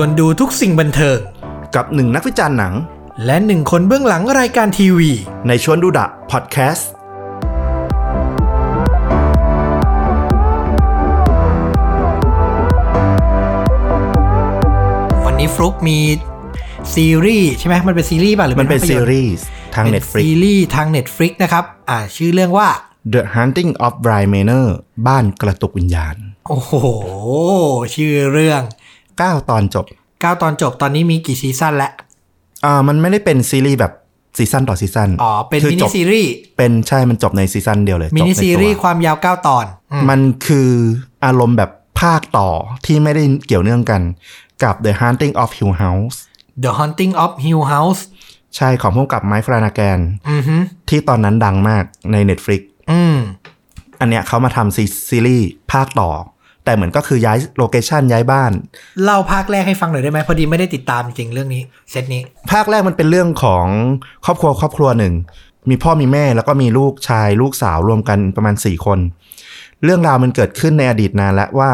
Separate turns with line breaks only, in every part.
วนดูทุกสิ่งบันเทิง
กับหนึ่งนักวิจารณ์หนัง
และหนึ่งคนเบื้องหลังรายการทีวี
ในชวนดูดะพอดแคสต์
วันนี้ฟลุกมีซีรีส์ใช่ไหมมันเป็นซีรีส์ป่ะหรือ
มันเป็น
ภาพ
ซี
ยต์
รีส์ทาง
ป็
Netflix
ซีรีส์ทาง Netflix นะครับ อ่าชื่อเรื่องว่า
The Hunting of Bly Manor บ้านกระตุกวิญญาณ
โอ้โห ชื่อเรื่อง
9 ตอนจบ
9 ตอนจบตอนนี้มีกี่ซีซั่นแล้ว
อ่ามันไม่ได้เป็นซีรีส์แบบซีซั่นต่อซีซั่น
อ๋อ เป็น
คือ
มิ
จ
นิ
บ
ซีรีส์
เป็นใช่มันจบในซีซั่นเดียวเลยจบ
มิ
ใน
นิซีรีส์
ตัว
ความยาว 9 ตอนอืม
มันคืออารมณ์แบบภาคต่อที่ไม่ได้เกี่ยวเนื่องกันกับ The Hunting of Hill House
The Haunting of Hill House
ใช่ของพวกกับไมค์ฟรานาแกน
อือฮึ
ที่ตอนนั้นดังมากใน Netflix
อืม
อันเนี้ยเขามาทำซีซีรีส์ภาคต่อ แต่เหมือนก็คือย้ายโลเคชันย้ายบ้าน
เล่าภาคแรกให้ฟังหน่อยได้ไหมพอดีไม่ได้ติดตามจริงเรื่องนี้ เซตนี้
ภาคแรกมันเป็นเรื่องของครอบครัวครอบครัวหนึ่ง มีพ่อมีแม่แล้วก็มีลูกชายลูกสาวรวมกันประมาณ 4 คน เรื่องราวมันเกิดขึ้นในอดีตนานแล้วว่า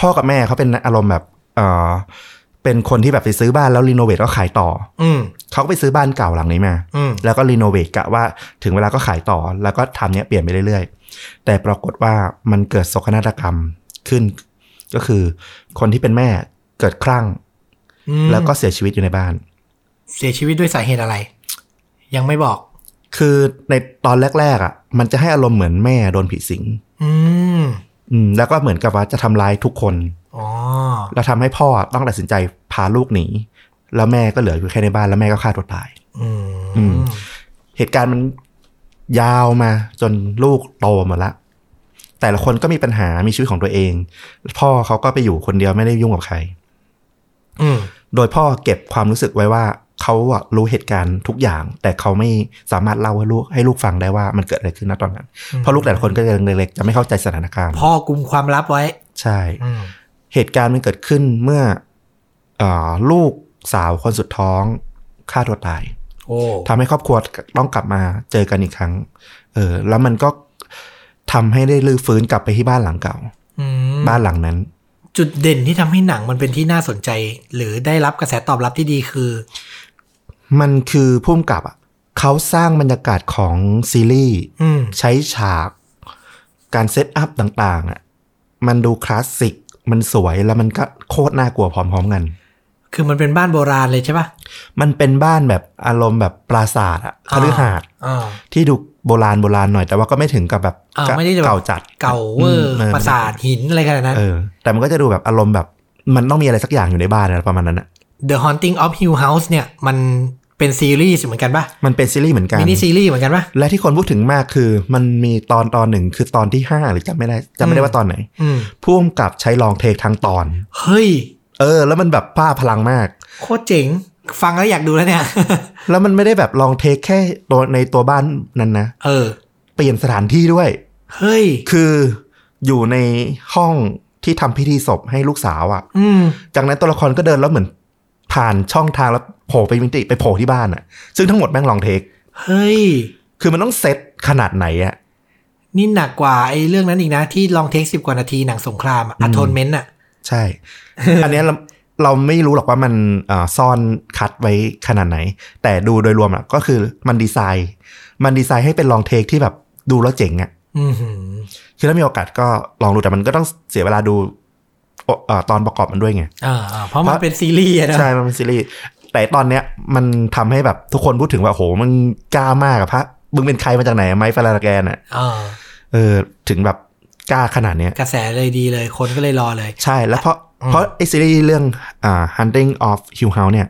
พ่อกับแม่เขาเป็นอารมณ์แบบเออเป็นคนที่แบบไปซื้อบ้านแล้วรีโนเวทก็ขายต่อ
อืม
เขาก็ไปซื้อบ้านเก่าหลังนี้มา
อืม
แล้วก็รีโนเวทกะว่าถึงเวลาก็ขายต่อแล้วก็ทำเนี้ยเปลี่ยนไปเรื่อยๆ แต่ปรากฏว่ามันเกิดโศกนาฏกรรมขึ้น ก็คือคนที่เป็นแม่เกิดคลั่ง
อืม
แล้วก็เสียชีวิตอยู่ในบ้าน
เสียชีวิตด้วยสาเหตุอะไร ยังไม่บอก
คือในตอนแรกๆอ่ะ มันจะให้อารมณ์เหมือนแม่โดนผีสิง
อืม
อืมแล้วก็เหมือนกับว่าจะทำร้ายทุกคน
อ๋อ
แล้วทำให้พ่อต้องตัดสินใจพาลูกหนีแล้วแม่ก็เหลืออยู่แค่ในบ้านแล้วแม่ก็ฆ่าตัวตาย
อืม
อืม เหตุการณ์มันยาวมาจนลูกโตหมดละ แต่ละคนก็มีปัญหามีชีวิตของตัวเอง พ่อเขาก็ไปอยู่คนเดียวไม่ได้ยุ่งกับใคร
อืม
โดยพ่อเก็บความรู้สึกไว้ว่าเขาอะรู้เหตุการณ์ทุกอย่าง แต่เขาไม่สามารถเล่าให้ลูกให้ลูกฟังได้ว่ามันเกิดอะไรขึ้นณตอนนั้น
อืม
เพราะลูกแต่ละคนก็จะเล็กๆจะไม่เข้าใจสถานการณ์
พ่อกุมความลับไว้
ใช่
อืม
เหตุการณ์มันเกิดขึ้นเมื่อเออลูกสาวคนสุดท้องฆ่าตัวตาย
โอ้
ทำให้ครอบครัวต้องกลับมาเจอกันอีกครั้ง เออ แล้วมันก็ทำให้ได้ลื้อฟื้นกลับไปที่บ้านหลังเก่า
อืม
บ้านหลังนั้น
จุดเด่นที่ทำให้หนังมันเป็นที่น่าสนใจ หรือได้รับกระแสตอบรับที่ดีคือ
มันคือพุ่มกับอ่ะเขาสร้างบรรยากาศของซีรีส์
อืม
ใช้ฉาก การเซตอัพต่าง ๆอ่ะมันดูคลาสสิก มันสวยแล้วมันก็โคตรน่ากลัวพร้อมๆกัน
คือมันเป็นบ้านโบราณเลยใช่ปะ
มันเป็นบ้านแบบอารมณ์แบบปราสาทอ่ะคฤหาสน์
อ่า
ที่ดูโบราณโบราณหน่อย แต่ว่าก็ไม่ถึงกับแบบ
อ่าไม่ได้แบบ
เก่าจัด
เก่าเวอร์
ม
ปราสาทหินอะไรขนาดนั้น
เออแต่มันก็จะดูแบบอารมณ์แบบ มันต้องมีอะไรสักอย่างอยู่ในบ้านนะประมาณนั้นอ่ะ
The Haunting of Hill House เนี่ย มันเป็นซีรีส์เหมือนกันปะ
มันเป็นซีรีส์เหมือนกัน
มินิซีรีส์เหมือนกันปะ
และที่คนพูดถึงมากคือ มันมีตอนตอนหนึ่งคือตอนที่ห้าหรือจำไม่ได้จำไม่
อื
ได้
ม
ว่าตอนไหน
อืม
พ่วงกับใช้ลองเทคทั้งตอน
เฮ้ย
เออ แล้วมันแบบป้าพลังมาก
โคตรเจ๋ง ฟังแล้วอยากดูแล้วเนี่ย
แล้วมันไม่ได้แบบลองเทคแค่ตัวในตัวบ้านนั้นนะ
เออ
เปลี่ยนสถานที่ด้วย
เฮ้ย
คืออยู่ในห้องที่ทำพิธีศพให้ลูกสาวอะ่ะ
อืม
จากนั้นตัวละครก็เดินแล้วเหมือน ผ่านช่องทางแล้วโผล่ไปมิติไปโผล่ที่บ้านอะ่ะ ซึ่งทั้งหมดแม่งลองเทค
เฮ้ย
คือมันต้องเซตขนาดไหนอะ
นี่หนักกว่าไอ้เรื่องนั้นอีกนะ ที่ลองเทคสิบกว่านาทีหนังสงครามอะ Atonement อะ
ใช่ อันเนี้ยเราเราไม่รู้หรอกว่ามันเอ่อซ่อนคัดไว้ขนาดไหน แต่ดูโดยรวมอะก็คือมันดีไซน์ มันดีไซน์ให้เป็นลองเทคที่แบบดูแล้วเจ๋งอะ
อือหือ
คือถ้ามีโอกาสก็ลองดูแต่มันก็ต้องเสียเวลาดูโอเอ่อตอนประกอบมันด้วยไง
อ่าอ่าเพราะมันเป็นซีรีส์อะนะ
ใช่ มันเป็นซีรีส์แต่ตอนเนี้ยมันทำให้แบบทุกคนพูดถึงว่าโหมันกล้ามากอะพระมึงเป็นใครมาจากไหนไมค์ฟาราแกนอะ
อ่า
เออถึงแบบกล้าขนาดเนี้ย
กระแสเลยดีเลย คนก็เลยรอเลย
ใช่แล้วเพราะ
อืม
เพราะไอซีรีส์เรื่องอ่า Hunting of Hill House เนี่ย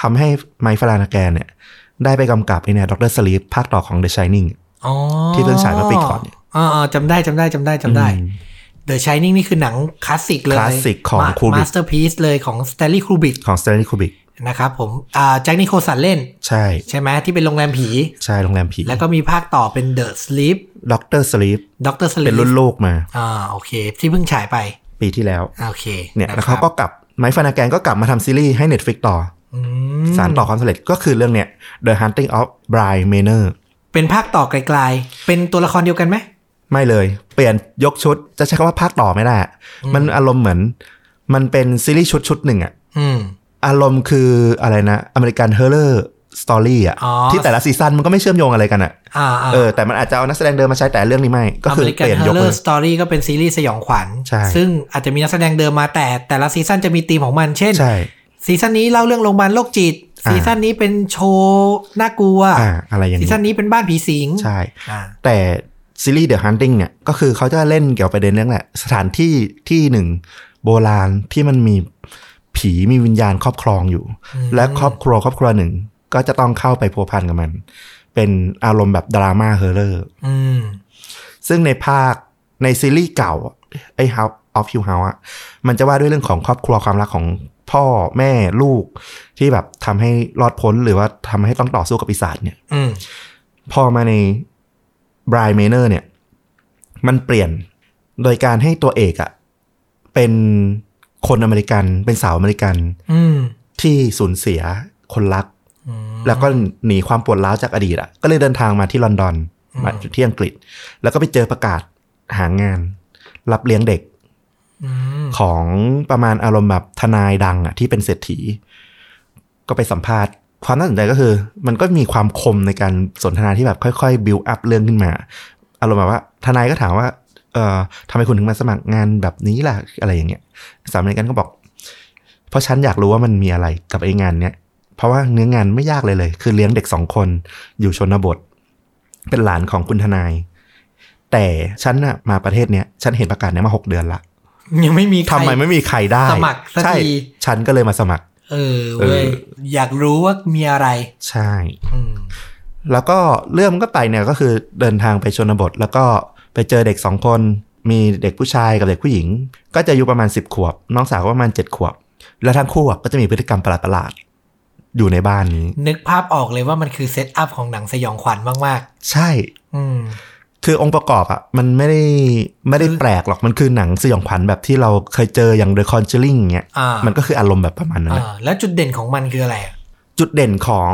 ทำให้ไมค์ฟารานาแกนเนี่ย ได้ไปกำกับไอเนี่ยด็อกเตอร์สลีปภาคต่อของ The Shining
อ๋อ
ที่เพิ่งฉายเมื่อปีก่อนเนี่ย
อ่าอ่าจำได้จำได้จำได้จำได้
อืม
The Shining นี่คือหนังคลาสสิกเลย
คลาสสิกของ Kubrick
มาสเตอร์พีซเลยของ Stanley Kubrick
ของ Stanley Kubrick
นะครับผมอ่าแจ็คนิโคสันเล่น
ใช่
ใช่ไหมที่เป็นโรงแรมผี
ใช่โรงแรมผี
แล้วก็มีภาคต่อเป็น The Sleep
ด็อกเตอร์สลีป
Doctor
เป็
Sleep
นรุ่นลูกมา
อ่าโอเค ที่เพิ่งฉายไป
ปีที่แล้ว
อ่าโอเค
เนี่ย
ะ
แล้ว
ครั
เขา
บ
ก็กลับไมค์ฟารานาแกนก็กลับมาทำซีรีส์ให้ Netflix ต่อ
อืม
อสารต่อความสำเร็จก็คือเรื่องเนี่ย The Hunting of Bly Manor
เป็นภาคต่อไกลๆ เป็นตัวละครเดียวกันไหม
ไม่เลย เปลี่ยนยกชุดจะใช้คำว่าภาคต่อไม่ได้อะมันอารมณ์เหมือน มันเป็นซีรีส์ชุดชุดหนึ่งอะ
อืม
อารมณ์คืออะไรนะอเมริกันเฮอร์เรอร์สตอรี่อะ
อ๋อ
ที่แต่ละซีซั่นมันก็ไม่เชื่อมโยงอะไรกันอะ
อ่าอ่า
เออแต่มันอาจจะเอานักแสดงเดิมมาใช้แต่เรื่องนี้ไม่ ก็คือเปลี่ยนยก
เล
เลย ย
สตอรี่ก็เป็นซีรีส์สยองขวัญ
ใช่
ซึ่งอาจจะมีนักแสดงเดิมมาแต่แต่ละซีซั่นจะมีธีมของมัน เช่น
ใช่
ซีซั่นนี้เล่าเรื่องโรงพยาบาลโรคจิต
อ่า
ซีซั่นนี้เป็นโชว์น่ากลัว
อ่าอะไรอย่าง
ซี
นี้
ซั่นนี้เป็นบ้านผีสิง
ใช่
อ่า
แต่ซีรีส์ The Hunting เนี่ยก็คือเขาจะเล่นเกี่ยวกับประเด็นเรื่องแหละสถานที่ที่หนึ่งโบราณที่มันมีผีมีวิญญาณครอบครองอยู่ และครอบครัวครอบครัวหนึ่งก็จะต้องเข้าไปพัวพันกับมัน เป็นอารมณ์แบบดราม่าเฮอร์เรอร์
อืม
ซึ่งในภาคในซีรีส์เก่าอะไอ้ House of Hill House อะมันจะว่าด้วยเรื่องของครอบครัวความรักของพ่อแม่ลูก ที่แบบทำให้รอดพ้นหรือว่าทำให้ต้องต่อสู้กับปีศาจเนี่ย
อืม
พอมาใน Brian Manor เนี่ย มันเปลี่ยนโดยการให้ตัวเอกอะเป็นคนอเมริกันเป็นสาวอเมริกัน
อืม
ที่สูญเสียคนรัก
อืม
แล้วก็หนีความปวดร้าวจากอดีตอะก็เลยเดินทางมาที่ลอนดอน
อืม
มาที่อังกฤษ แล้วก็ไปเจอประกาศหางาน รับเลี้ยงเด็ก
อืม
ของประมาณอารมณ์แบบทนายดังอะที่เป็นเศรษฐี ก็ไปสัมภาษณ์ ความน่าสนใจก็คือ มันก็มีความคมในการสนทนาที่แบบค่อยๆ build up เรื่องขึ้นมา อารมณ์แบบว่าทนายก็ถามว่า เอ่อทำไมคุณถึงมาสมัครงานแบบนี้ล่ะอะไรอย่างเงี้ยสามเณรกันก็บอก เพราะฉันอยากรู้ว่ามันมีอะไรกับไอ้งานเนี้ย เพราะว่าเนื้องานไม่ยากเลยเลย คือเลี้ยงเด็กสองคนอยู่ชนบท เป็นหลานของคุณทนาย แต่ฉันน่ะมาประเทศเนี้ยฉันเห็นประกาศเนี้ยมาหกเดือนละ
ยังไม่มีใคร
ทำไมไม่มีใครได้
สมัครสักที
ใช่ฉันก็เลยมาสมัคร
เออเว้ย
เออ
อยากรู้ว่ามีอะไร
ใช่
อืม
แล้วก็เรื่องมันก็ไปเนี่ยก็คือเดินทางไปชนบท แล้วก็ไปเจอเด็กสองคน มีเด็กผู้ชายกับเด็กผู้หญิง ก็จะอายู่ประมาณ 10 ขวบ น้องสาวก็ประมาณ 7 ขวบ แล้วทั้งคู่อะก็จะมีพฤติกรรมประหลาดๆอยู่ในบ้านนี้
นึกภาพออกเลยว่ามันคือเซตอัพของหนังสยองขวัญมาก
ใช่
ๆ อืม
คือองค์ประกอบอะมันไม่ได้ไม่ได้แปลกหรอกมันคือหนังสยองขวัญแบบที่เราเคยเจออย่าง The Conjuring เงี้ย
อ่ามั
มันก็คืออารมณ์แบบประมาณนั้นแหละ
อ่าแล้วจุดเด่นของมันคืออะไรอ่ะ
จุดเด่นของ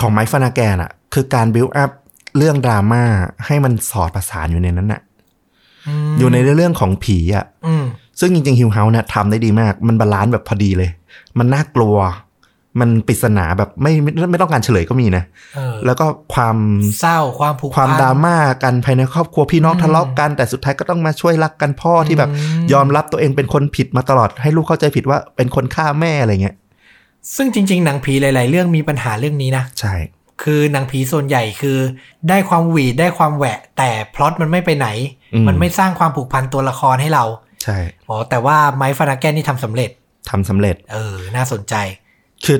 ของไมค์ฟานาแกนอะคือการบิวอัพเรื่องดราม่าให้มันสอดประสานอยู่ในนั้นอะ
ม
อยู่ในเรื่องของผีอะ
อืม
ซึ่งจริงๆฮิวเฮาเนี่ยทำได้ดีมาก มันบาลานซ์แบบพอดีเลย มันน่ากลัว มันปริศนาแบบไม่ไม่ไม่ต้องการเฉลยก็มีนะ
เออ
แล้วก็ความ
เศร้าความผูกพัน
ความดราม่ากันภายในครอบครัวพี่น้อง
อืม
ทะเลาะกัน แต่สุดท้ายก็ต้องมาช่วยรักกันพ่อที่แบบ
อืม
ยอมรับตัวเองเป็นคนผิดมาตลอดให้ลูกเข้าใจผิดว่าเป็นคนฆ่าแม่อะไรเงี้ย
ซึ่งจริง ๆ หนังผีหลาย ๆ เรื่องมีปัญหาเรื่องนี้นะ
ใช่
คือหนังผีส่วนใหญ่คือ ได้ความหวีดได้ความแหวะ แต่พล็อตมันไม่ไปไหน มันไม่สร้างความผูกพันตัวละครให้เรา
ใช่
อ๋อแต่ว่าไมค์ฟานาแกนนี่ทำสำเร็จ
ทำสำเร็จ
เออ น่าสนใจ
คือ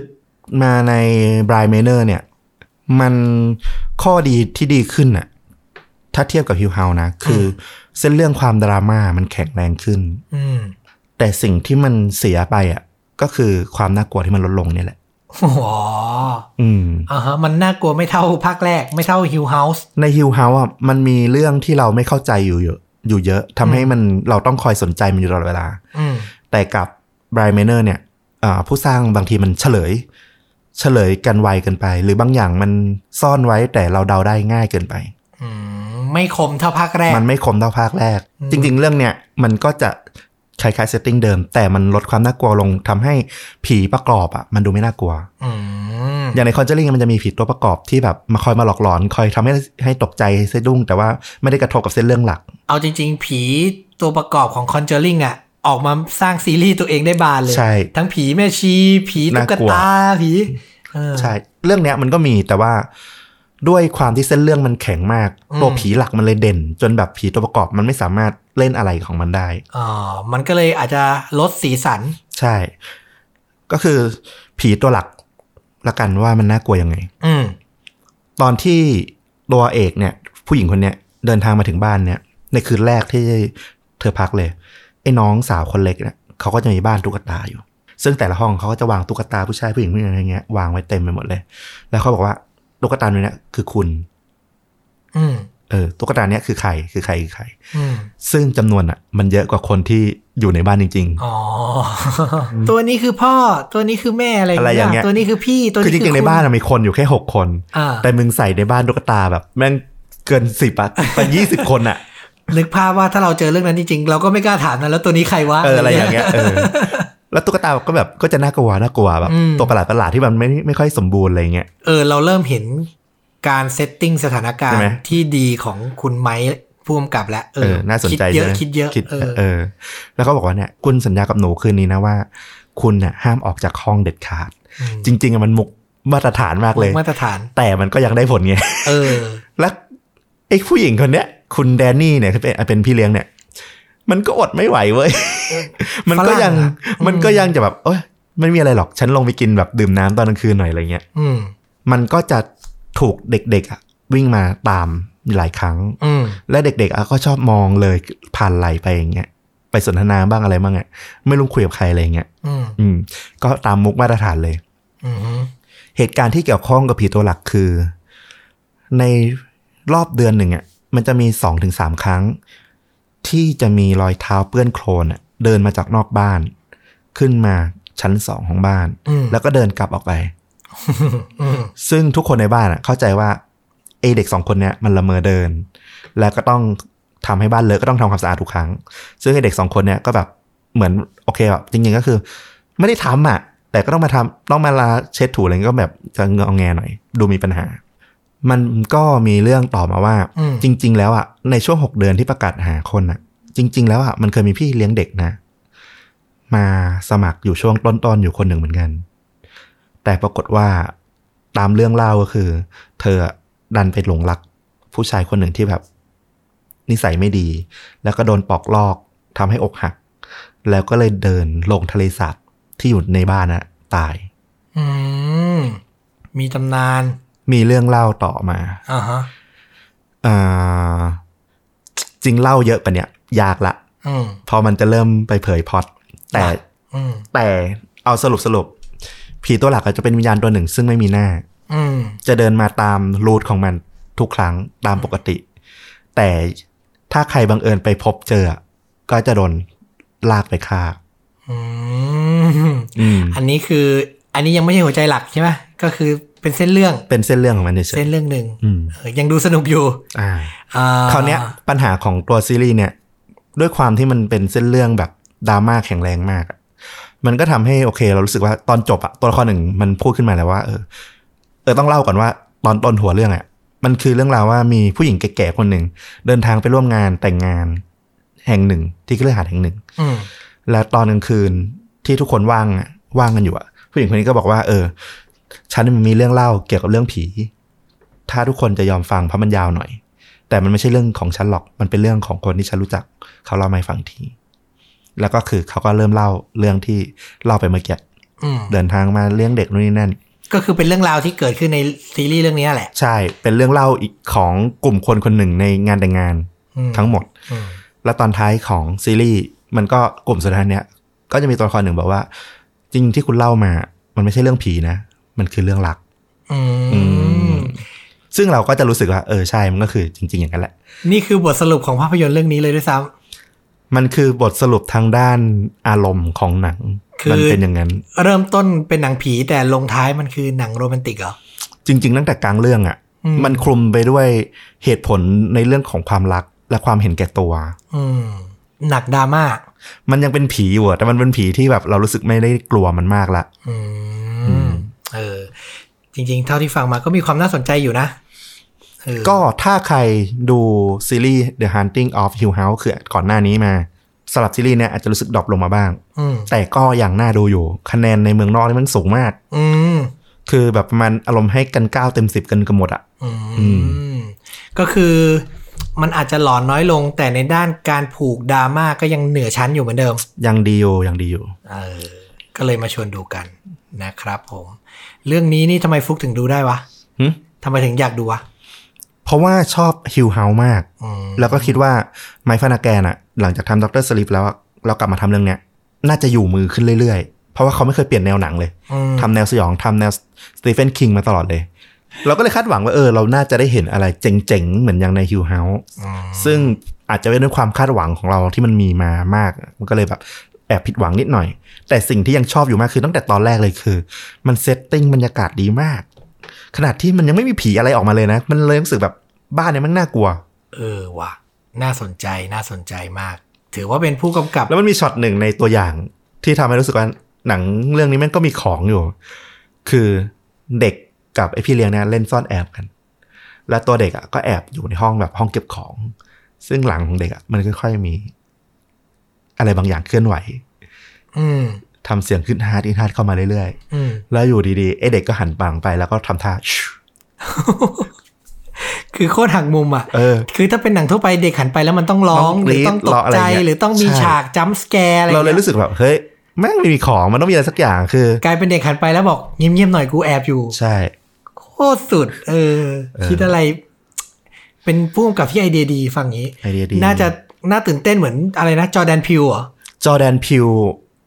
มาใน Brian Manor เนี่ย มันข้อดีที่ดีขึ้นน่ะ ถ้าเทียบกับฮิวเฮานะ คืออเส้นเรื่องความดราม่ามันแข็งแรงขึ้น
อืม
แต่สิ่งที่มันเสียไปอ่ะ ก็คือความน่ากลัวที่มันลดลงเนี่ยแหละ
อ๋อ
อืม
อ่าฮะมันน่ากลัวไม่เท่าภาคแรก ไม่เท่าฮิวเฮาส์
ในฮิวเฮาอ่ะมันมีเรื่องที่เราไม่เข้าใจอยู่เยอะอยู่เยอะทำให้มันเราต้องคอยสนใจมันอยู่ตลอดเวลา
อืม
แต่กับ Brian Manor เนี่ยอ่าผู้สร้างบางทีมันเฉลย เฉลยกันไวเกินไป หรือบางอย่างมันซ่อนไว้แต่เราเดาได้ง่ายเกินไป
อืม ไม่คมเท่าภาคแรก
มันไม่คมเท่าภาคแรก
อืม
จริง ๆ เรื่องเนี้ยมันก็จะคล้ายๆเซตติ้งเดิม แต่มันลดความน่ากลัวลงทำให้ผีประกอบอ่ะมันดูไม่น่ากลัว
อืม
อย่างในคอนเจอริงมันจะมีผีตัวประกอบที่แบบมาคอยมาหลอกหลอน คอยทำให้ให้ตกใจสะดุ้ง แต่ว่าไม่ได้กระทบกับเส้นเรื่องหลัก
เอาจริง ๆ ผีตัวประกอบของ Conjuring อ่ะ ออกมาสร้างซีรีส์ตัวเองได้บานเลย
ใช่
ทั้งผีแม่ชี ผีตุ๊ก
น่ากลัว
ตา ผีเออ
ใช่ เรื่องเนี้ยมันก็มีแต่ว่าด้วยความที่เส้นเรื่องมันแข็งมาก
อืม
ตัวผีหลักมันเลยเด่น จนแบบผีตัวประกอบมันไม่สามารถเล่นอะไรของมันได้
อ๋อมันก็เลยอาจจะลดสีสัน
ใช่ ก็คือผีตัวหลักละกันว่ามันน่ากลัวยังไง
อืม
ตอนที่ตัวเอกเนี่ย ผู้หญิงคนเนี้ยเดินทางมาถึงบ้านเนี่ย ในคืนแรกที่เธอพักเลยไอ้น้องสาวคนเล็กเนี่ยเขาก็จะมีบ้านตุ๊กตาอยู่ ซึ่งแต่ละห้องเขาก็จะวางตุ๊กตาผู้ชายผู้หญิงผู้หญิงอะไรเงี้ยวางไว้เต็มไปหมดเลย แล้วเขาบอกว่าตุ๊กตาตัวเนี้ยคือคุณ
อืม
เออตุ๊กตาเนี้ยคือใครคือใครคือใคร
อืม
ซึ่งจำนวนอ่ะ มันเยอะกว่าคนที่อยู่ในบ้านจริง
อ๋อ ตัวนี้คือพ่อ ตัวนี้คือแม่อะไร
อะไรอย่างเงี้ย
ตัวนี้คือพี่ ตัว
ๆ คือ
นี้
จริงๆในบ้านอะมีคนอยู่แค่หกคน
อ่า
แต่มึงใส่ในบ้านตุ๊กตาแบบแม่งเกินสิบอะเป็นยี่สิบ คนอะ
นึกภาพว่าถ้าเราเจอเรื่องนั้นจริงๆ เราก็ไม่กล้าถามนะแล้วตัวนี้ใครวะ
เอออะไรอย่างเงี้ยเออ แล้วตุ๊กตาก็แบบก็จะน่ากลัวน่ากลัวแบบ
อืม
ตัวประหลาดประหลาดที่มันไม่ไม่ค่อยสมบูรณ์อะไรเงี้ย
เออ เราเริ่มเห็นการเซตติ้งสถานกา
ใช่
ร
ไหม
ณ์ที่ดีของคุณไม้ผู้กำกับแล้วเอ
เอ
อ
อน่าสนใจ
คิดเยอะ
ใช่ไหม
คิดเยอะเออ
เออ แล้วก็บอกว่าเนี่ยคุณสัญญากับหนูคืนนี้นะว่า คุณน่ะห้ามออกจากห้องเด็ดขาด จริงๆอะมันมุกมาตรฐานมากเลย
มาตรฐาน
แต่มันก็ยังได้ผลไง
เออ
แล้วไอ้ผู้หญิงคนเนี้ย คุณแดนนี่เนี่ยที่เป็นเป็นพี่เลี้ยงเนี่ย มันก็อดไม่ไหวเว้ย มันก็ยัง
ฝรั่งอะ
มันก็ยังจะแบบเอ้ยไม่มีอะไรหรอกฉันลงไปกินแบบดื่มน้ำตอนกลางคืนหน่อยอะไรเงี้ย
อืม
มันก็จะถูกเด็กๆอะวิ่งมาตามหลายครั้ง
อืม
และเด็กๆอะก็ชอบมองเลยผ่านไหลไปอย่างเงี้ยไปสนทนาบ้างอะไรบ้างอะไม่รู้คุยกับใครอะไรเงี้ย
อืม
อืม ก็ตามมุกมาตรฐานเลย
อืม
เหตุการณ์ที่เกี่ยวข้องกับผีตัวหลักคือ ในรอบเดือนหนึ่งอ่ะมันจะมีสองถึงสามครั้ง ที่จะมีรอยเท้าเปื้อนโคลนอะเดินมาจากนอกบ้าน ขึ้นมาชั้นสองของบ้าน
อืม
แล้วก็เดินกลับออกไป
อืม
ซึ่งทุกคนในบ้านอ่ะเข้าใจว่าไอเด็กสองคนเนี้ยมันละเมอเดิน แล้วก็ต้องทำให้บ้านเลอะก็ต้องทำความสะอาดทุกครั้ง ซึ่งไอเด็กสองคนเนี้ยก็แบบเหมือนโอเคแบบจริงๆก็คือ ไม่ได้ทำอ่ะ แต่ก็ต้องมาทำต้องมาลาเช็ดถูอะไรเงี้ยก็แบบจะเงอแงหน่อย ดูมีปัญหา มันก็มีเรื่องต่อมาว่า
อืม
จริง ๆ แล้วอ่ะในช่วงหกเดือนที่ประกาศหาคนอ่ะ จริง ๆ แล้วอ่ะมันเคยมีพี่เลี้ยงเด็กนะ มาสมัครอยู่ช่วงต้นๆอยู่คนหนึ่งเหมือนกัน แต่ปรากฏว่าตามเรื่องเล่าก็คือ เธออะดันไปหลงรักผู้ชายคนหนึ่งที่แบบ นิสัยไม่ดี แล้วก็โดนปอกลอกทำให้อกหัก แล้วก็เลยเดินลงทะเลสาบที่อยู่ในบ้านน่ะ ตาย
อืมมีตำนาน
มีเรื่องเล่าต่อมา
อ่าฮะ
อ่า จริงเล่าเยอะปะเนี่ย ยากละ
อืม
เพอมันจะเริ่มไปเผยพล็อดแต่
อืม
แต่เอาสรุปสรุปผีตัวหลักอาจจะเป็นวิญญาณตัวหนึ่ง ซึ่งไม่มีหน้า
อืม
จะเดินมาตามรูทของมันทุกครั้งตามปกติ แต่ถ้าใครบังเอิญไปพบเจอ ก็จะโดนลากไปฆ่า
อืมอันนี้คือ อันนี้ยังไม่ใช่หัวใจหลักใช่ไหมก็คือเป็นเส้นเรื่อง
เป็นเส้นเรื่องของมันเฉยๆ
เส้นเรื่องหนึ่ง
อืม
เออยังดูสนุกอยู่
อ่า
อ่
คราวเนี้ยปัญหาของตัวซีรีส์เนี่ย ด้วยความที่มันเป็นเส้นเรื่องแบบดราม่าแข็งแรงมากอะมันก็ทำให้โอเค เรารู้สึกว่าตอนจบอะตัวละครหนึ่งมันพูดขึ้นมาแล้วว่า เออ เออต้องเล่าก่อนว่า ตอนต้นหัวเรื่องอะมันคือเรื่องราวว่ามีผู้หญิงแก่ๆคนหนึ่ง เดินทางไปร่วมงานแต่งงาน แห่งหนึ่งที่เครือหาดแห่งหนึ่ง
อืม
แล้วตอนกลางคืนที่ทุกคนว่างอะว่างกันอยู่อะผู้หญิงคนนี้ก็บอกว่า เออ ฉันมันมีเรื่องเล่าเกี่ยวกับเรื่องผี ถ้าทุกคนจะยอมฟังเพราะมันยาวหน่อย แต่มันไม่ใช่เรื่องของฉันหรอกมันเป็นเรื่องของคนที่ฉันรู้จัก เขาเล่ามาให้ฟังที แล้วก็คือเขาก็เริ่มเล่าเรื่องที่เล่าไปเมื่อกี้
อืม
เดินทางมาเลี้ยงเด็กนู่นนี่นั่น
ก็คือเป็นเรื่องราวที่เกิดขึ้นในซีรีส์เรื่องนี้แหละ
ใช่ เป็นเรื่องเล่าอีกของกลุ่มคนคนหนึ่งในงานแต่งงาน
อืม
ทั้งหมด
อืม
แล้วตอนท้ายของซีรีส์มันก็กลุ่มสุดท้ายเนี้ยก็จะมีตัวละครหนึ่งบอกว่า จริงที่คุณเล่ามา มันไม่ใช่เรื่องผีนะ มันคือเรื่องรัก
อื
อื
ม
ม ซึ่งเราก็จะรู้สึกว่า เออใช่มันก็คือจริง ๆ อย่างนั้นแหละ
นี่คือบทสรุปของภาพยนตร์เรื่องนี้เลยด้วยซ้ำ
มันคือบทสรุปทางด้านอารมณ์ของหนัง
คือ
มันเป็นอย่างนั้น
เริ่มต้นเป็นหนังผีแต่ลงท้ายมันคือหนังโรแมนติกเหรอ
จริง ๆ ตั้งแต่กลางเรื่องอะ่ะ
อืม
มันคลุมไปด้วยเหตุผลในเรื่องของความรักและความเห็นแก่ตัว
อืม หนักดราม่า
มันยังเป็นผีอยู่อะแต่มันเป็นผีที่แบบเรารู้สึกไม่ได้กลัวมันมากละ
อื
อื
ม
ม
เออ จริง ๆ เท่าที่ฟังมาก็มีความน่าสนใจอยู่นะเออ
ก็ถ้าใครดูซีรีส์ The Hunting of Hill House คือก่อนหน้านี้มาสลับซีรีส์เนี่ยอาจจะรู้สึกดรอปลงมาบ้าง
อืม
แต่ก็อย่างน่าดูอยู่ คะแนนในเมืองนอกนี่มันสูงมาก
อืม
คือแบบประมาณอารมณ์ให้กัน 9 เต็ม 10 กันกันหมดอะ
อื
อื
ม ก็คือมันอาจจะหลอนน้อยลง แต่ในด้านการผูกดราม่าก็ยังเหนือชั้นอยู่เหมือนเดิม
ยังดีอยู่ยังดีอยู่
เออ ก็เลยมาชวนดูกันนะครับผม เรื่องนี้นี่ทำไมฟลุกถึงดูได้วะ
หึ
ทำไมถึงอยากดูวะ
เพราะว่าชอบ Hill House มาก
อืม
แล้วก็คิดว่าไมค์ฟานาแกนอะหลังจากทำด็อกเตอร์สลิปแล้วอะเรากลับมาทำเรื่องเนี้ย น่าจะอยู่มือขึ้นเรื่อยๆ เพราะว่าเขาไม่เคยเปลี่ยนแนวหนังเลย
อืม
ทำแนวสยองทำแนวสตีเฟนคิงมาตลอดเลย เราก็เลยคาดหวังว่าเออเราน่าจะได้เห็นอะไรเจ๋งๆ เหมือนอย่างในฮิวเฮาส์
อืม
ซึ่งอาจจะเป็นด้วยความคาดหวังของเราที่มันมีมามาก มันก็เลยแบบแอบผิดหวังนิดหน่อย แต่สิ่งที่ยังชอบอยู่มากคือตั้งแต่ตอนแรกเลยคือ มันเซตติ้งบรรยากาศดีมาก ขนาดที่มันยังไม่มีผีอะไรออกมาเลยนะ มันเลยรู้สึกแบบบ้านเนี่ยมันน่ากลัว
เออว่ะน่าสนใจน่าสนใจมาก ถือว่าเป็นผู้กำกับ
แล้วมันมีช็อตหนึ่งในตัวอย่าง ที่ทำให้รู้สึกว่าหนังเรื่องนี้แมันก็มีของอยู่ คือเด็กกับไอพี่เลี้ยงเนี่ยเล่นซ่อนแอบกัน แล้วตัวเด็กอะก็แอบอยู่ในห้องแบบห้องเก็บของ ซึ่งหลังของเด็กอะมันค่อยๆมี อะไรบางอย่างเคลื่อนไหว
อืม
ทำเสียงขึ้นฮาร์ดอินฮาร์ดเข้ามาเรื่อยๆ
อืม
แล้วอยู่ดีๆไอเด็กก็หันปังไปแล้วก็ทำท่า ชู
คือโคตรหักมุมอ่ะ
เออ
คือถ้าเป็นหนังทั่วไปเด็กหันไปแล้วมันต้องร้อง
ต้อง
ห
ก
รื
รี๊
อ
ด
ต้องตกใจ
ร้องอะไรเงี้ย
หรือต้องมี
ใช่
ฉากจัมส์แกร์อะไร
เราเลย
งี้
รู้สึกแบบเฮ้ยแม่งไม่มีของมันต้องมีอะไรสักอย่างคือ
กลายเป็นเด็กหันไปแล้วบอกเงียบๆหน่อยกูแอบอยู่
ใช่
โคตรสุด เออ
เออ
คิดอะไร เป็นพุ่มกับที่ไอเดียดีฟังอย่างนี้
ไอเดียดี
น่าจะน่าตื่นเต้นเหมือนอะไรนะจอแดนพิวเหรอ
จอแดนพิว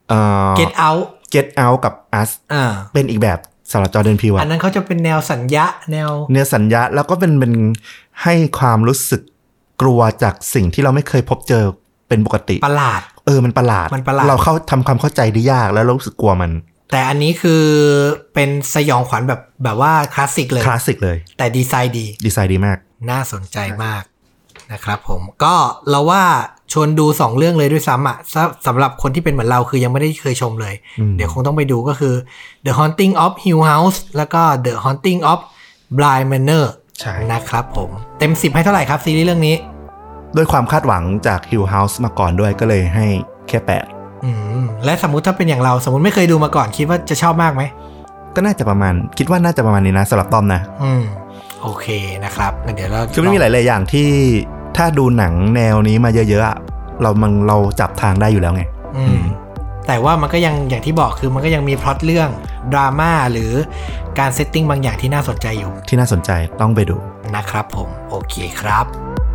เอ่อ
Get Out
Get Out กับ Us
อ่า
เป็นอีกแบบสำหรับจอแดนพิว
อัน
อะ
นั้นเขาจะเป็นแนวสัญญะแนว
เนื้อสัญญาแล้วก็เป็นเป็นให้ความรู้สึกกลัวจากสิ่งที่เราไม่เคยพบเจอเป็นปกติ
ประหลาด
เออมันประหลาด
มันประหลาด
เราเข้าทำความเข้าใจได้ยากแล้วเรารู้สึกกลัวมัน
แต่อันนี้คือเป็นสยองขวัญแบบแบบว่าคลาสสิกเลย
คลาสสิกเลย
แต่ดีไซน์ดี
ดีไซน์ดีมาก
น่าสนใจมากนะครับผมก็เราว่าชวนดูสองเรื่องเลยด้วยซ้ำอ่ะสำสำหรับคนที่เป็นเหมือนเราคือยังไม่ได้เคยชมเลย
อืม
เดี๋ยวคงต้องไปดูก็คือ The Haunting of Hill House แล้วก็ The Haunting of Bly Manor
ใช่
นะครับผมเต็ม 10 ให้เท่าไหร่ครับซีรีส์เรื่องนี้
ด้วยความคาดหวังจาก Hill House มาก่อนด้วยก็เลยให้แค่แปด
อืม และสมมุติถ้าเป็นอย่างเราสมมุติไม่เคยดูมาก่อนคิดว่าจะชอบมากไหม
ก็น่าจะประมาณ คิดว่าน่าจะประมาณนี้นะสำหรับต้อมนะ
อืม โอเคนะครับงั้นเดี๋ยวเรา
คือมันมีหลายๆอย่างที่ถ้าดูหนังแนวนี้มาเยอะๆอะเรามันเราจับทางได้อยู่แล้วไง
อืม แต่ว่ามันก็ยังอย่างที่บอกคือมันก็ยังมีพล็อตเรื่องดราม่าหรือการเซตติ้งบางอย่างที่น่าสนใจอยู่
ที่น่าสนใจต้องไปดู
นะครับผม โอเคครับ